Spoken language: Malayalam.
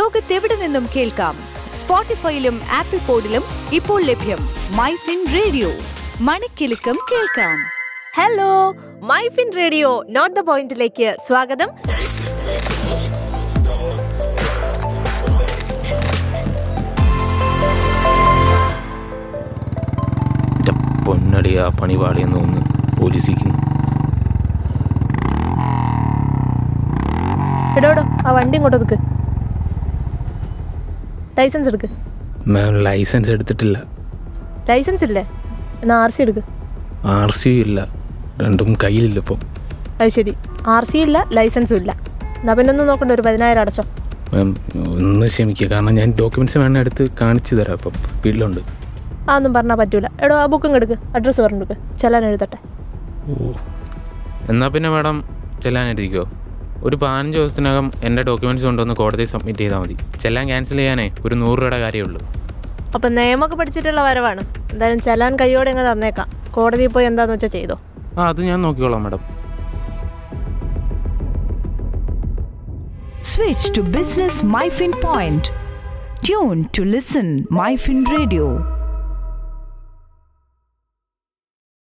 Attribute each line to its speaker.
Speaker 1: ലോകത്തെവിടെ നിന്നും കേൾക്കാം സ്പോട്ടിഫൈയിലും ആപ്പിൾ പോഡിലും ഇപ്പോൾ ലഭ്യം മൈഫിൻ റേഡിയോ മണിക്കെലക്കം കേൾക്കാം
Speaker 2: ഹലോ മൈഫിൻ റേഡിയോ നോട്ട് ദ പോയിന്റിലേക്ക് സ്വാഗതം
Speaker 3: എൻ്റെ പൊന്നടി ആ പണി പാളിയെന്ന് തോന്നുന്നു പോലീസിക്കുന്നു
Speaker 2: എടോടോ ആ വണ്ടി ഇങ്ങോട്ട് ഒതുക്ക് ലൈസൻസ് എടുക്ക്
Speaker 3: മാം ലൈസൻസ് എടുത്തിട്ടില്ല
Speaker 2: ലൈസൻസ് ഇല്ലേ എന്നാ ആർ സി എടുക്ക്
Speaker 3: ആർ സി ഇല്ല രണ്ടും കയ്യിലില്ല ഇപ്പോൾ
Speaker 2: അത് ശരി ആർ സി ഇല്ല ലൈസൻസും ഇല്ല എന്നാ പിന്നെ ഒന്ന് നോക്കണ്ട ഒരു പതിനായിരം അടച്ചോ
Speaker 3: മാം ഒന്ന് ക്ഷമിക്കുക കാരണം ഞാൻ ഡോക്യുമെൻറ്റ്സ് വേണേൽ അടുത്ത് കാണിച്ചു തരാം അപ്പം വീട്ടിലുണ്ട്
Speaker 2: അതൊന്നും പറഞ്ഞാൽ പറ്റൂല എടോ ആ ബുക്കും എടുക്ക് അഡ്രസ്സ് പറഞ്ഞെടുക്ക് ചെല്ലാൻ എഴുതട്ടെ
Speaker 3: ഓ എന്നാൽ പിന്നെ മാഡം ചെല്ലാനിരിക്കുമോ ഒരു പതിനഞ്ച് ദിവസത്തിനകം എൻ്റെ ഡോക്യുമെൻറ്റ്സ് കൊണ്ടുവന്ന് കോടതി സബ്മിറ്റ് ചെയ്താൽ മതി ചെല്ലാൻ ക്യാൻസൽ ചെയ്യാനേ ഒരു നൂറ് രൂപയുടെ കാര്യമുള്ളൂ
Speaker 2: അപ്പം നിയമമൊക്കെ പഠിച്ചിട്ടുള്ള വരവാണ് എന്തായാലും ചെല്ലാൻ കൈയോടെ അങ്ങ് തന്നേക്കാം കോടതിയിൽ പോയി എന്താന്ന് വെച്ചാൽ ചെയ്തോ
Speaker 3: ആ അത് ഞാൻ നോക്കിക്കോളാം madam
Speaker 1: Switch to Business MyFin Point. Tune to listen MyFin Radio.